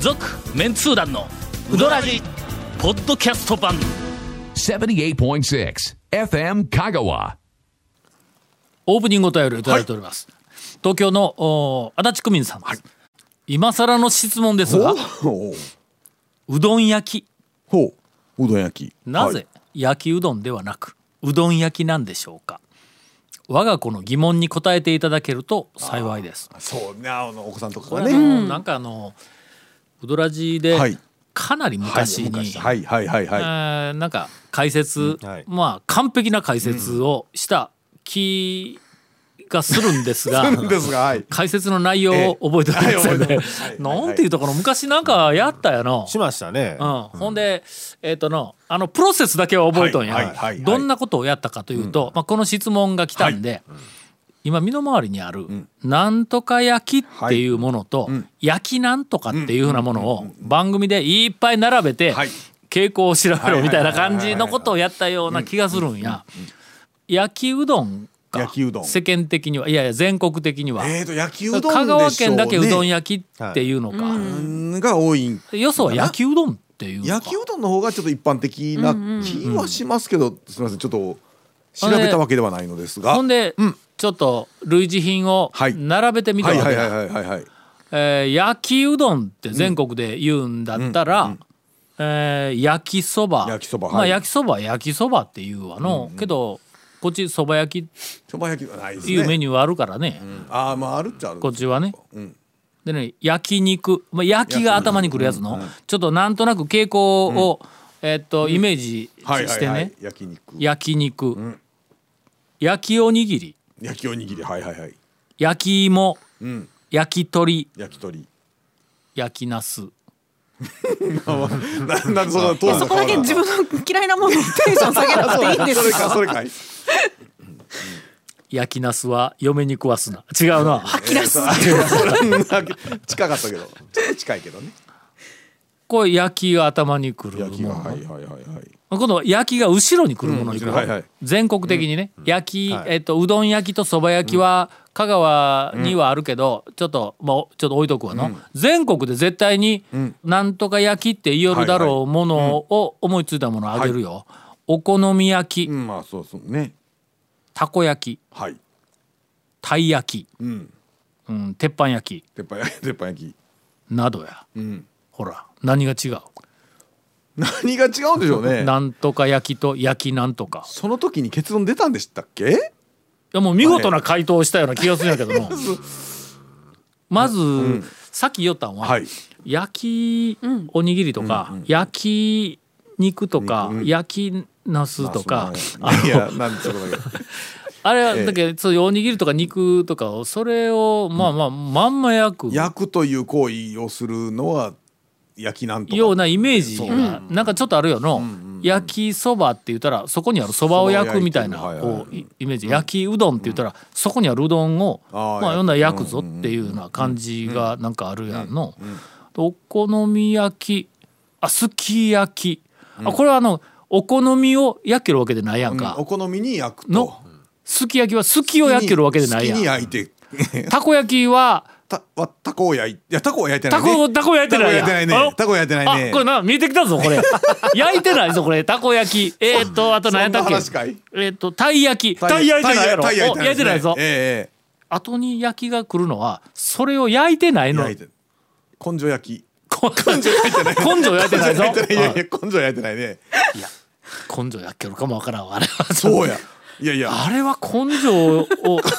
続メンツー団のウドラジポッドキャスト版78.6 FM Kagawa. オープニングお便りをいただいております、東京のお足立区民さんです、今更の質問ですが ほううどん焼きほううどん焼きなぜ、はい焼きうどんではなくうどん焼きなんでしょうか我が子の疑問に答えていただけると幸いですそうねあのお子さんとかこがれあねの、なんかあのウドラジではいかなり昔に、はいはいはいはいはえーなんか解説、はいまあ完璧な解説をした気がするんですが、い ですがはい解説の内容を覚えておりませんえねえはい覚えてま。すなんていうところ昔なんかやったやの。しましたね。うん、ほんで、えっ、との、あの、プロセスだけは覚えとんや、はいはいはいはいどんなことをやったかというと、まあ、この質問が来たんで、今、身の回りにある、なんとか焼きっていうものと、焼きなんとかっていうふうなものを番組でいっぱい並べて、はい傾向を調べろみたいな感じのことをやったような気がするんや。焼きうどんか。焼きうどん世間的には、いやいや、全国的には。えーと焼きうどんでしょうね香川県だけうどん焼きっていうのか、うんが多いでよそは焼きうどんっていうのか焼きうどんの方がちょっと一般的な気はしますけど、すみませんちょっと調べたわけではないのですがほんで、ちょっと類似品をはい並べてみたはわいけはいだはいはいはいはいえー焼きうどんって全国で言うんだったら、えー焼きそば焼きそばはいまあ、焼きそばは焼きそばっていうわの、けどこっちそば焼きっそば焼きはないですてねいうメニューはあるからね、ああまああるっちゃあるこっちはね。でね焼肉、まあ、焼きが頭にくるやつの、ちょっとなんとなく傾向を、えーっとイメージはいはしいてね、はい焼き肉焼き肉、焼きおにぎり焼きおにぎりはいはいはい焼き芋、焼き鳥焼 き鳥焼きなすななんでそんな遠いのそこだけ自分の嫌いなものにテンション下げなくていいんですそれよかそれかい焼きなすは嫁に食わすな違うなキラス近かったけどちょっと近いけどねこれ焼きが頭にくる焼きもの、がはいはいはいはい今度は焼きが後ろにくるものにくる、うん後ろはいはい全国的にね、焼き、はいえっとうどん焼きとそば焼きは香川にはあるけど、ちょっとまあちょっと置いとくわの、全国で絶対になんとか焼きって言いよるだろうものを思いついたものをあげるよ、お好み焼き、うんまあそうそうねたこ焼きはいたい焼き、んうん、鉄板焼き鉄板焼き鉄板焼きなどや、ほら何が違う何が違うんでしょうねなんとか焼きと焼きなんとかその時に結論出たんでしたっけいやもう見事な回答をしたような気がするんやけど もまず、さっき言ったんは、はい焼きおにぎりとか、焼き肉とか、焼きナスとか、まあそうねいやなんでそこだけ あれはだけどそういうおにぎりとか肉とかをそれをまあまあまんま焼く焼くという行為をするのは焼きなんとかようなイメージがなんかちょっとあるよの、焼きそばって言ったらそこにあるそばを焼くみたいなそばを焼いてるはいこうイイメージ、焼きうどんって言ったらそこにあるうどんを、あーまあ焼くいろんな焼くぞっていうような感じがなんかあるやんの、お好み焼きあすき焼き、あこれはあのお好みを焼けるわけでないやんうんか、お好みに焼くとのすき焼きはすきを焼けるわけでない好きにやん焼いて たこ焼きはたわタコを焼いいやタコは焼いてないたねこたこ焼いてないやんあタコ焼いてないねタコ焼いてないねあこれな見えてきたぞこ れ焼いてないぞこれたこ焼きえー、っとあと何やったっけそんな話かいえー、っとたい焼きたい焼いてないやろタイ焼いおてない焼いてないぞ、え後に焼きが来るのはそれを焼いてないえええの焼いて根性焼きこ根性焼いてない 根性焼いてないぞ根性焼いてないいやいや根性うん根焼いてないね性焼けるかもわからんわあれはそうやいやいやあれは根性を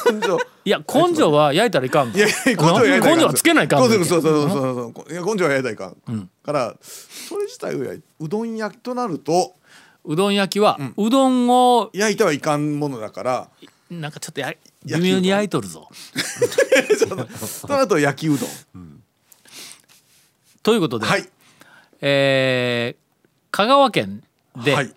根性いや根性は焼いたらいかん いやいや根性は焼いたらいかん根性はつけないかん根性そうそうそうそうそういや根性は焼いたらいかん、からそれ自体を焼いうどん焼きとなるとうどん焼きは、うどんを焼いてはいかんものだからなんかちょっとや焼きうど微ん妙に焼いとるぞとなると焼きうどんということで、はいえー香川県で、はい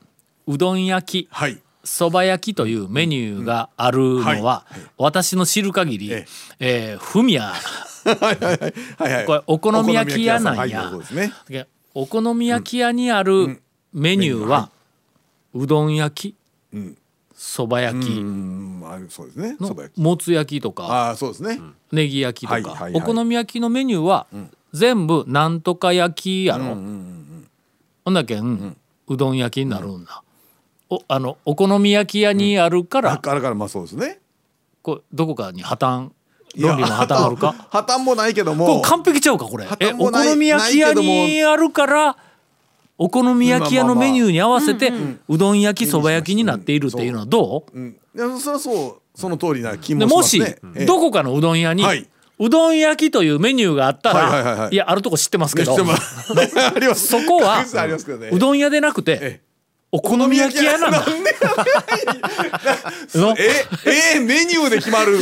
うどん焼きはいうそば焼きというメニューがあるのは、うんは私の知る限り、ええーふみやはいはいこれお好み焼き屋なんおや好み焼き屋さんはいそうですねお好み焼き屋にあるメニューは、うどん焼きそば、焼きうんまあそうですねそのば焼きもつ焼きとかああそうですね、ネギ焼きとか、はいはいはおい好み焼きのメニューは、全部なんとか焼きやろ、ほんだけん、うどん焼きになるんだ、おあのお好み焼き屋にあるから、だからからまあそうですねこうどこかに破綻論理の破綻ある か破綻破綻もないけどこもれ完璧ちゃうかこれ破綻えおもない好み焼き屋にあるからお好み焼き屋のメニューに合わせてうどん焼きそば焼きになっているっていうのはどううん、いやそれはそうその通りな気もでしもますしねええどこかのうどん屋にはいうどん焼きというメニューがあったはいはいはいらはいいやあるとこ知ってますけどでもあります そこは確実にありますけどねうどん屋でなくえてお好み焼き屋なんだんで のええメニューで決まる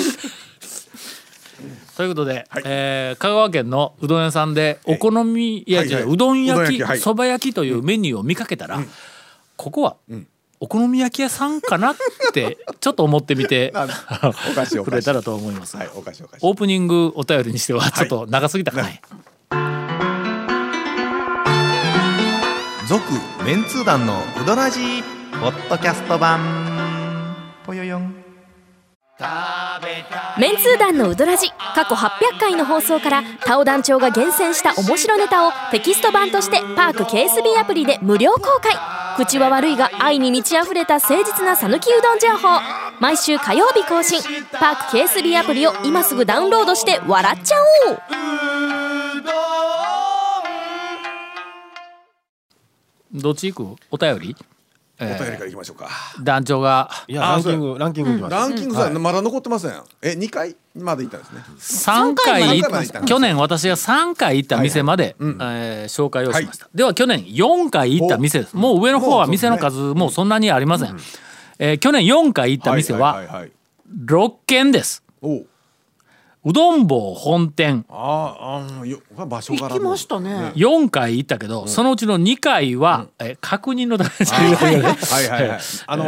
ということで、はいえー香川県のうどん屋さんでお好みいやはいじゃあはいうどん焼うどん焼きはきいそば焼きというメニューを見かけたら、ここはお好み焼き屋さんかなってちょっと思ってみて なんおかしい おくかれしいたらと思います。はいおかしいおかしいオープニングお便りにしてはちょっと長すぎたかね。続メンツー団のウドラジーポッドキャスト版ぽよよんメンツー団のウドラジ過去800回の放送からタオ団長が厳選した面白ネタをテキスト版としてパーク KSB アプリで無料公開口は悪いが愛に満ち溢れた誠実な讃岐うどん情報毎週火曜日更新パーク KSB アプリを今すぐダウンロードして笑っちゃおうどっち行くお便り、えお便りーからいきましょうか団長がいやあランそうやキングランキングいきます。ランキングさまだ残ってませんえ二回まで行ったんですね3まで回行ったんです去年私が3回行った店まで、えー紹介をしました、では去年4回行った店ですもう上の方は店の数もうそんなにありません、えー去年4回行った店いはいはい6軒ですおううどん坊本店あーあーよ場所行柄きましたね。 4回行ったけど、そのうちの2回は、えー確認のためにはいはいはいあの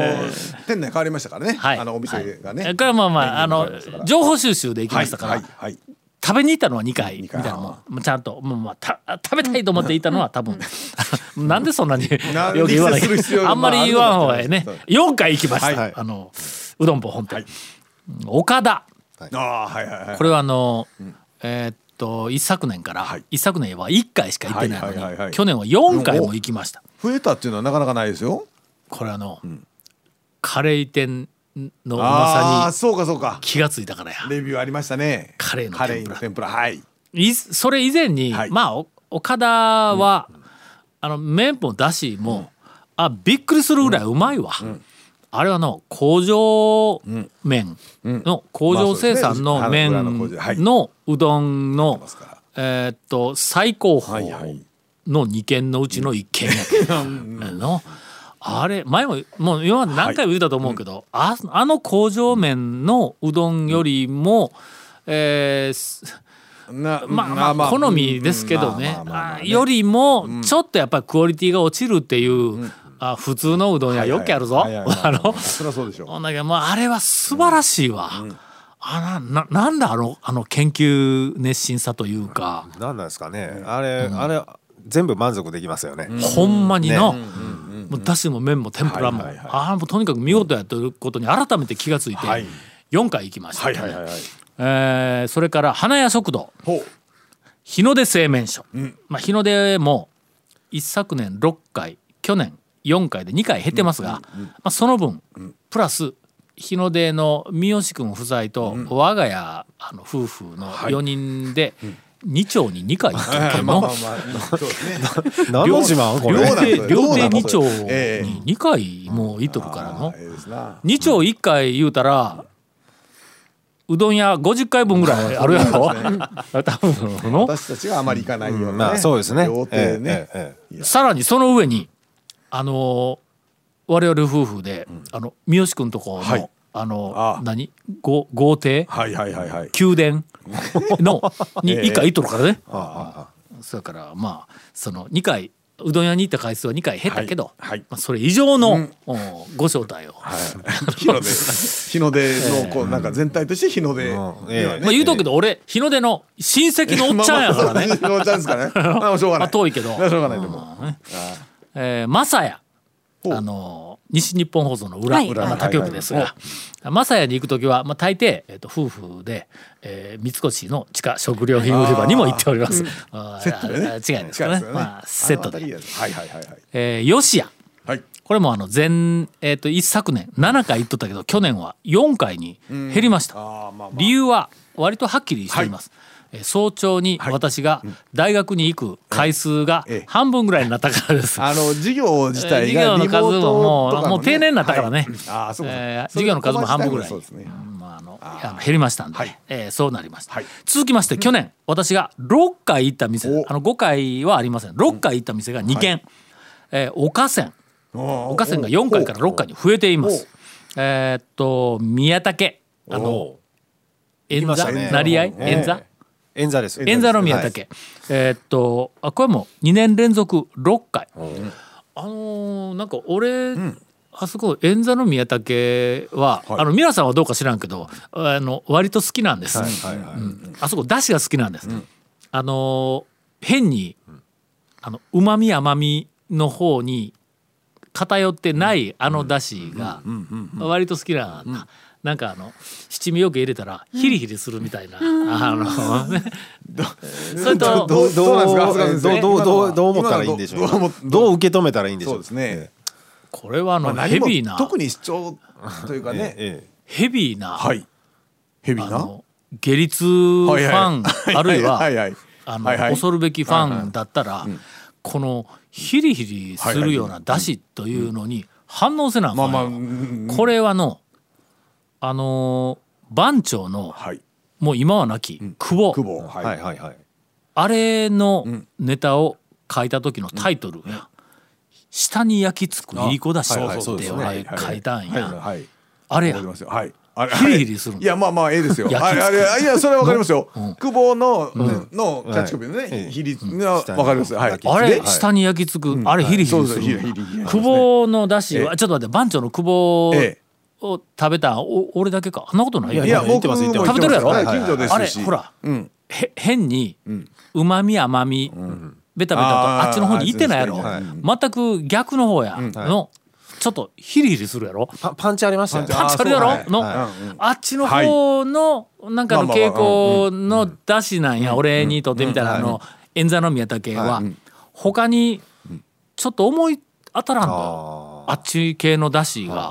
店内変わりましたからね はいあのお店がはいえねーこれはまあまああの情報収集で行きはまいしたから、はいはい食べに行ったのは2回み二た回いなもんもうちゃんともうまあた食べたいと思って行ったのは多分 なんでそんなになんでよく言わないする必要があんまり言わん方がええねまあある4回行きましはたあのうどんぽ本店岡田ああはいはいはいこれはあのえーっと一昨年からはい一昨年は1回しか行ってないはいはいはいのはにい去年は4回も行きました増えたっていうのはなかなかないですよこれあのカレー店のうまああさーにそうかそうか気がついたからやレビューありましたねカレーの天ぷらカレーの天ぷらはいいそれ以前に、はいまあお岡田は、あの麺もだしも、あびっくりするぐらいうまいわ、あれはの工場麺の工場生産まのあそうですね麺あの裏の工場はいのうどんのすからえーっと最高はい峰はいの2軒のうちの1軒やけ ど、あのあれ前ももう今まで何回も言ったと思うけど、ああの工場麺のうどんよりも、えーすなまあまあ好みですけどねまあまあまあまあねよりもちょっとやっぱりクオリティが落ちるっていうあ普通のうどん屋よくあるぞはいはいはいはいあのそりゃそうでしょほんだけどもうあれは素晴らしいわあなななんだあのあの研究熱心さというかなんなんですかね。あれあれ全部満足できますよね。ほんまにねのもうだしも麺も天ぷらもはいはいはいああもうとにかく見事やということに改めて気がついてはい4回行きましはたいはいはいはいえーそれから花屋食堂ほう日の出製麺所、まあ、日の出も一昨年6回去年4回で2回減ってますが、まあ、その分、プラス日の出の三好君夫妻と我が家あの夫婦の4人で2丁に2回行ったけど まあまあもまあそうですね何の自慢こ両れ。方で両手どうなの2丁ええに2回もういっとるからあのーええですな2丁1回言うたらうどん屋50回分ぐらいあるやろ 多分の私たちがあまり行かないようなね まあそうですね。料亭ねええ。えええさらにその上にあのー我々夫婦で、あの三好君とこの、はいあのああ何ご豪邸はいはいはいはい宮 殿のに1回行っとるからね、えあそれからまあその2回うどん屋に行った回数は2回減ったけど、はいはい まあ、それ以上の、おご招待を、日の出日の出のこうなんか全体として日の出うんええではねまあ、言うとくけど俺日の出の親戚のおっちゃんやからね まあまあおっちゃんで すからねまあしょうがないまあ遠いけどしょうがないでもえー、マサヤほうあの西日本放送の裏、はいまあ、他局ですが、マサヤに行く時は、まあ、大抵、えっと夫婦で、えー、三越の地下食料品売り場にも行っております。あーセットでねあー違いですかね。まあ、セットあの辺りで。やはいはいはいはいえー、ヨシヤはいこれもあの前、えっと一昨年7回行っとったけど去年は4回に減りました、理由は割とはっきりしています、えー早朝に私が大学に行く回数がええ半分ぐらいになったからです、あの授業自体えーが授業のリモ数ーももうトとかのねもう定年になったからねはいああそうかそうえーか授業の数も半分ぐらいそうですねうんまああのあの減りましたんで、えーそうなりました、はい続きまして去年私が6回行った店おあの5回はありません6回行った店が2軒、えー岡線岡線が4回から6回に増えていますえーっと宮武あの円まし座たね成合ええ円座円座です。円座の宮武、えーっとあこれも2年連続6回あのーなんか俺、あそこ円座の宮武は、あの皆さんはどうか知らんけどあの割と好きなんです、はいはい。うんあそこ出汁が好きなんです、あのー変にあの旨味甘みの方に偏ってないあの出汁が割と好きなんだなんかあの七味よく入れたらヒリヒリするみたいな、あのねそれとどうどうどうなんですかどうどうどうどう思ったらいいんでしょう今のはどうか。どう受け止めたらいいんでしょそううで。すねこれはあまのあヘ何もビーな特に主張というかえねえヘビーな、はいヘビあーなの下痢痛フはいはいァン、あるいははいはいあはいはのい恐るべきファンだったら、このヒリヒリするような出汁というのに反応せなあかんまあよまあうんこれはのあのー番長のはいもう今は亡き久保,、久保はえいはいはいはい。あれのネタを書いた時のタイトルや「下に焼き付くいりこだし」あはいはいってそうお前はいはい書いたんや、はいあれわかやりますよはいあれヒリヒリするのいやまあまあええですよ焼きあれあれいやそれはわかりますようん久保ののキャッチコピーのはいね比率がわかりますはい下あにれ、はい下に焼き付く、あれヒリヒリすそうそうヒるリヒリヒリヒリ久保のだしはちょっと待って番長の久保ええを食べたんお俺だけかそんなことないいよやいや言っ僕てもます言ってます食べてるやろはい近所ですあれしほら、うんへ変にうまみ甘み、ベタベタとあーあっちの方にいってないやろ、はい全く逆の方や、のちょっとヒリヒリするやろパンパンチありましたよね。パンチあるやろ、はいの、はあっちの方のなんかのまあまあ傾まあ向の出しなんや、俺にとってみたらあの円座の宮武は、他にちょっと思い当たらんとあっち系の出汁が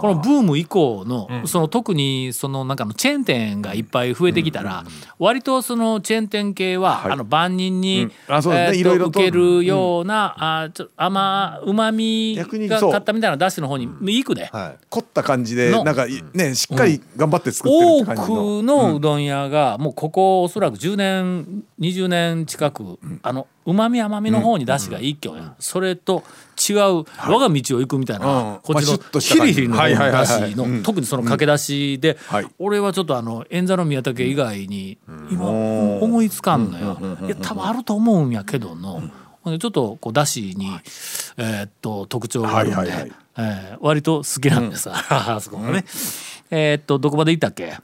このブーム以降の,、その特にそのなんかのチェーン店がいっぱい増えてきたら、割とそのチェーン店系は、あの万人に、うんあそうですねえーいとろいろと受けるような、あちょっと甘うまみが逆にそうかったみたいな出汁の方に行くで、いはい。凝った感じでのなんかいねしっかり頑張って作ってるっ多てく感じののうどん屋がもうここおそらく10年20年近くあのうまみ甘みの方に出汁が一挙やそれと違う我が道を行くみたいうんなこっちまあシュッのとしたヒ感リじヒリの方はいはいのは出いはい汁の特にその駆け出しではい俺はちょっとあの円座の宮武以外に今思いつかんのよいや多分あると思うんやけどのほんでちょっとこう出汁にえーっと特徴があるんはいはいはいでえー割と好きなんです、あそこもね、えーっとどこまで行ったっけ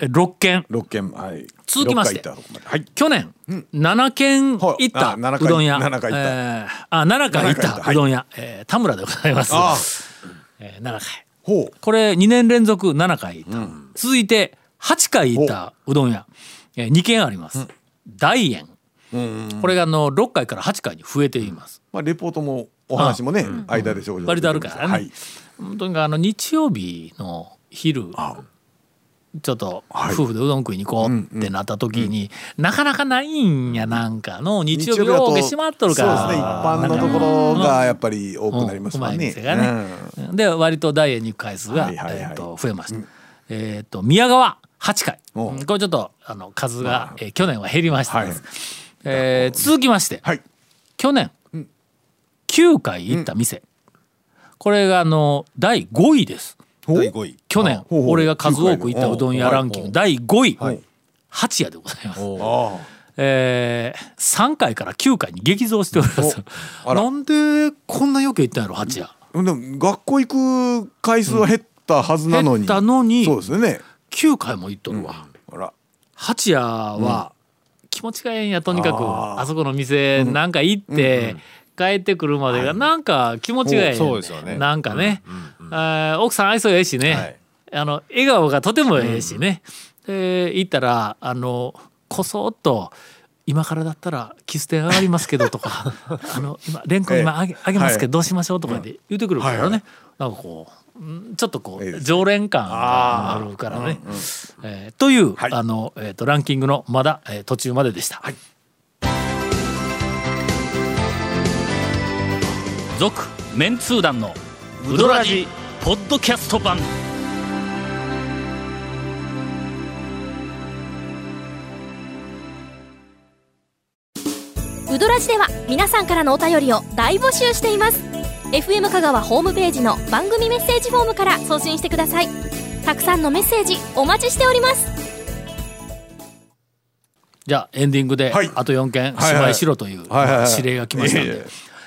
6件六軒はい続きまして六回行ったとこまではい去年、7軒行ったはいあ7う回どん屋7回行ったえーあ7回行っ7回行ったたうどん屋、えー田村でございますああえー7回ほこれ2年連続7回行った、続いて8回行ったうどん屋、えー、2軒あります、大円これがあの6回から8回に増えています、まあレポートもお話もね間でしょう割とあるからね、はいとにかくあの日曜日の昼ちょっとはい夫婦でうどん食いに行こうってなった時に、なかなかないんやなんかの日曜日だを閉まっとるからそうですね一般のところがやっぱり多くなりますからうんうまいね店がね、で割とダイエーに行く回数が、はいはいはいえー、と増えました、えっ、と宮川8回おううんこれちょっとあの数が、えー去年は減りました、はいえー続きまして、はい去年、9回行った店、これがあの第5位です第五位。去年ほうほう俺が数多く行ったうどん屋ランキング第5位、はい八屋でございますあえー、3回から9回に激増しておりますおあらなんでこんなよく行ったんやろ八屋あでも学校行く回数は減ったはずなの減にったのにそうですよね9回も行っとるわ、あら八谷は気持ちがええんやとにかくああそこの店なんか行って帰ってくるまでがなんか気持ちがええ、そうそうですよねなんかね、あー奥さん愛想ええしね、はいあの笑顔がとてもええしね、で行ったらあのこそっと「今からだったらキス点上がりますけど」とか「あの今レンコン今あげ,、あげますけどどうしましょう」とかで言ってくるからね、なんかこううんちょっとこう、いいですね常連感があるからね。えーという、あのえー、とランキングのまだ、えー途中まででした。続メンツー団のウドラジポッドキャスト版ウドラジでは皆さんからのお便りを大募集しています FM 香川ホームページの番組メッセージフォームから送信してくださいたくさんのメッセージお待ちしておりますじゃあエンディングで、はいあと4件いはい芝居しろというはいはいはい指令が来ましたんで、いえいえ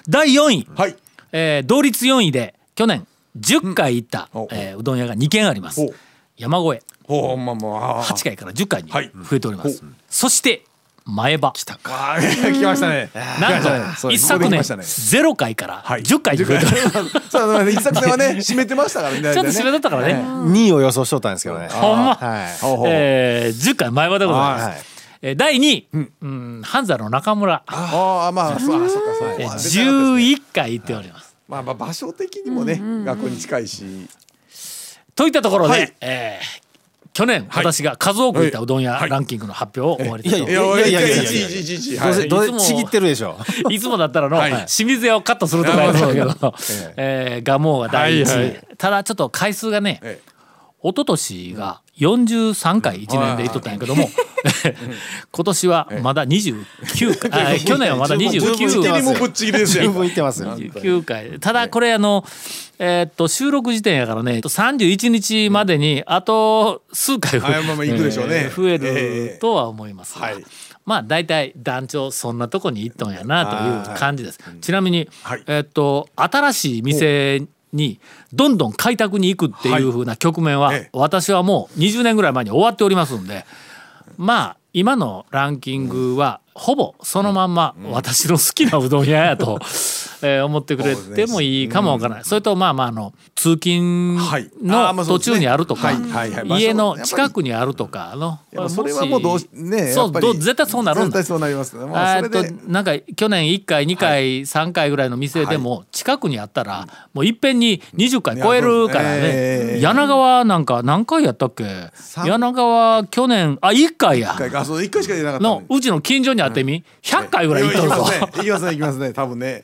第4位、はいえー同率4位で去年10回行った、おえーうどん屋が2軒ありますお山越えほうまあまあ8回から10回にはい増えております、そして前歯あー来ましたねなんと一昨年0回からはい10回に増えております、 そうそう一昨年はね締めてましたからねちょっと締めだったからね、 2位を予想しとったんですけどねほんま、はいほうほうえー10回前歯でございます、はいえー第2位、うん、ハンザの中村ああまあそうあそっかそうえーか11回行っておりますまあまあ場所的にもね学校に近いしといったところで、はいえー去年、私が数多くいたうどん屋ランキングの発表を終わりたいと思いまやいやいやいやいちいちいちいちどうせどいつうせもちぎってるで しょす、いつもだったらの、清水屋をカットするとかやったんだけど、 えー、ガモーが第一位、はいはただちょっと回数がね、え一昨年が43回1年でいっとったんやけども、今年はまだ29回、あ去年はまだ十分29いって回ますよもぶっちぎりですよ十分いってますよ9回ただこれあの、えーっと収録時点やからね31日までにあと数回増えはいまあまあ行くでしょうねえー増ええるえとは思いますが、はいまあ大体団長そんなとこに行っとんやなという感じです。ちなみに、はいえーっと新しい店にどんどん開拓に行くっていう風な局面は、ええ私はもう20年ぐらい前に終わっておりますんでまあ今のランキングはほぼそのまんま私の好きなうどん屋や と、えー思ってくれてもいいかもわからない、それとまあまああの通勤はいあーまのあそう途で中すねにあるとか、はいはいはい場所家の近くにあるとかのやっぱしそれはもうどうしねそやうっぱりどう絶対そうなるん絶だ対そうなりますねまああそーれっとでなんか去年1回2回3回ぐらいの店でも近くにあったらもういっぺんに20回超えるからえねー柳川なんか何回やったっけ柳川去年あ1回や一回あそう一回しか出なかったのうちの近所にあってみ100回ぐらい行っとるぞいきますねいきますねいきますね多分ね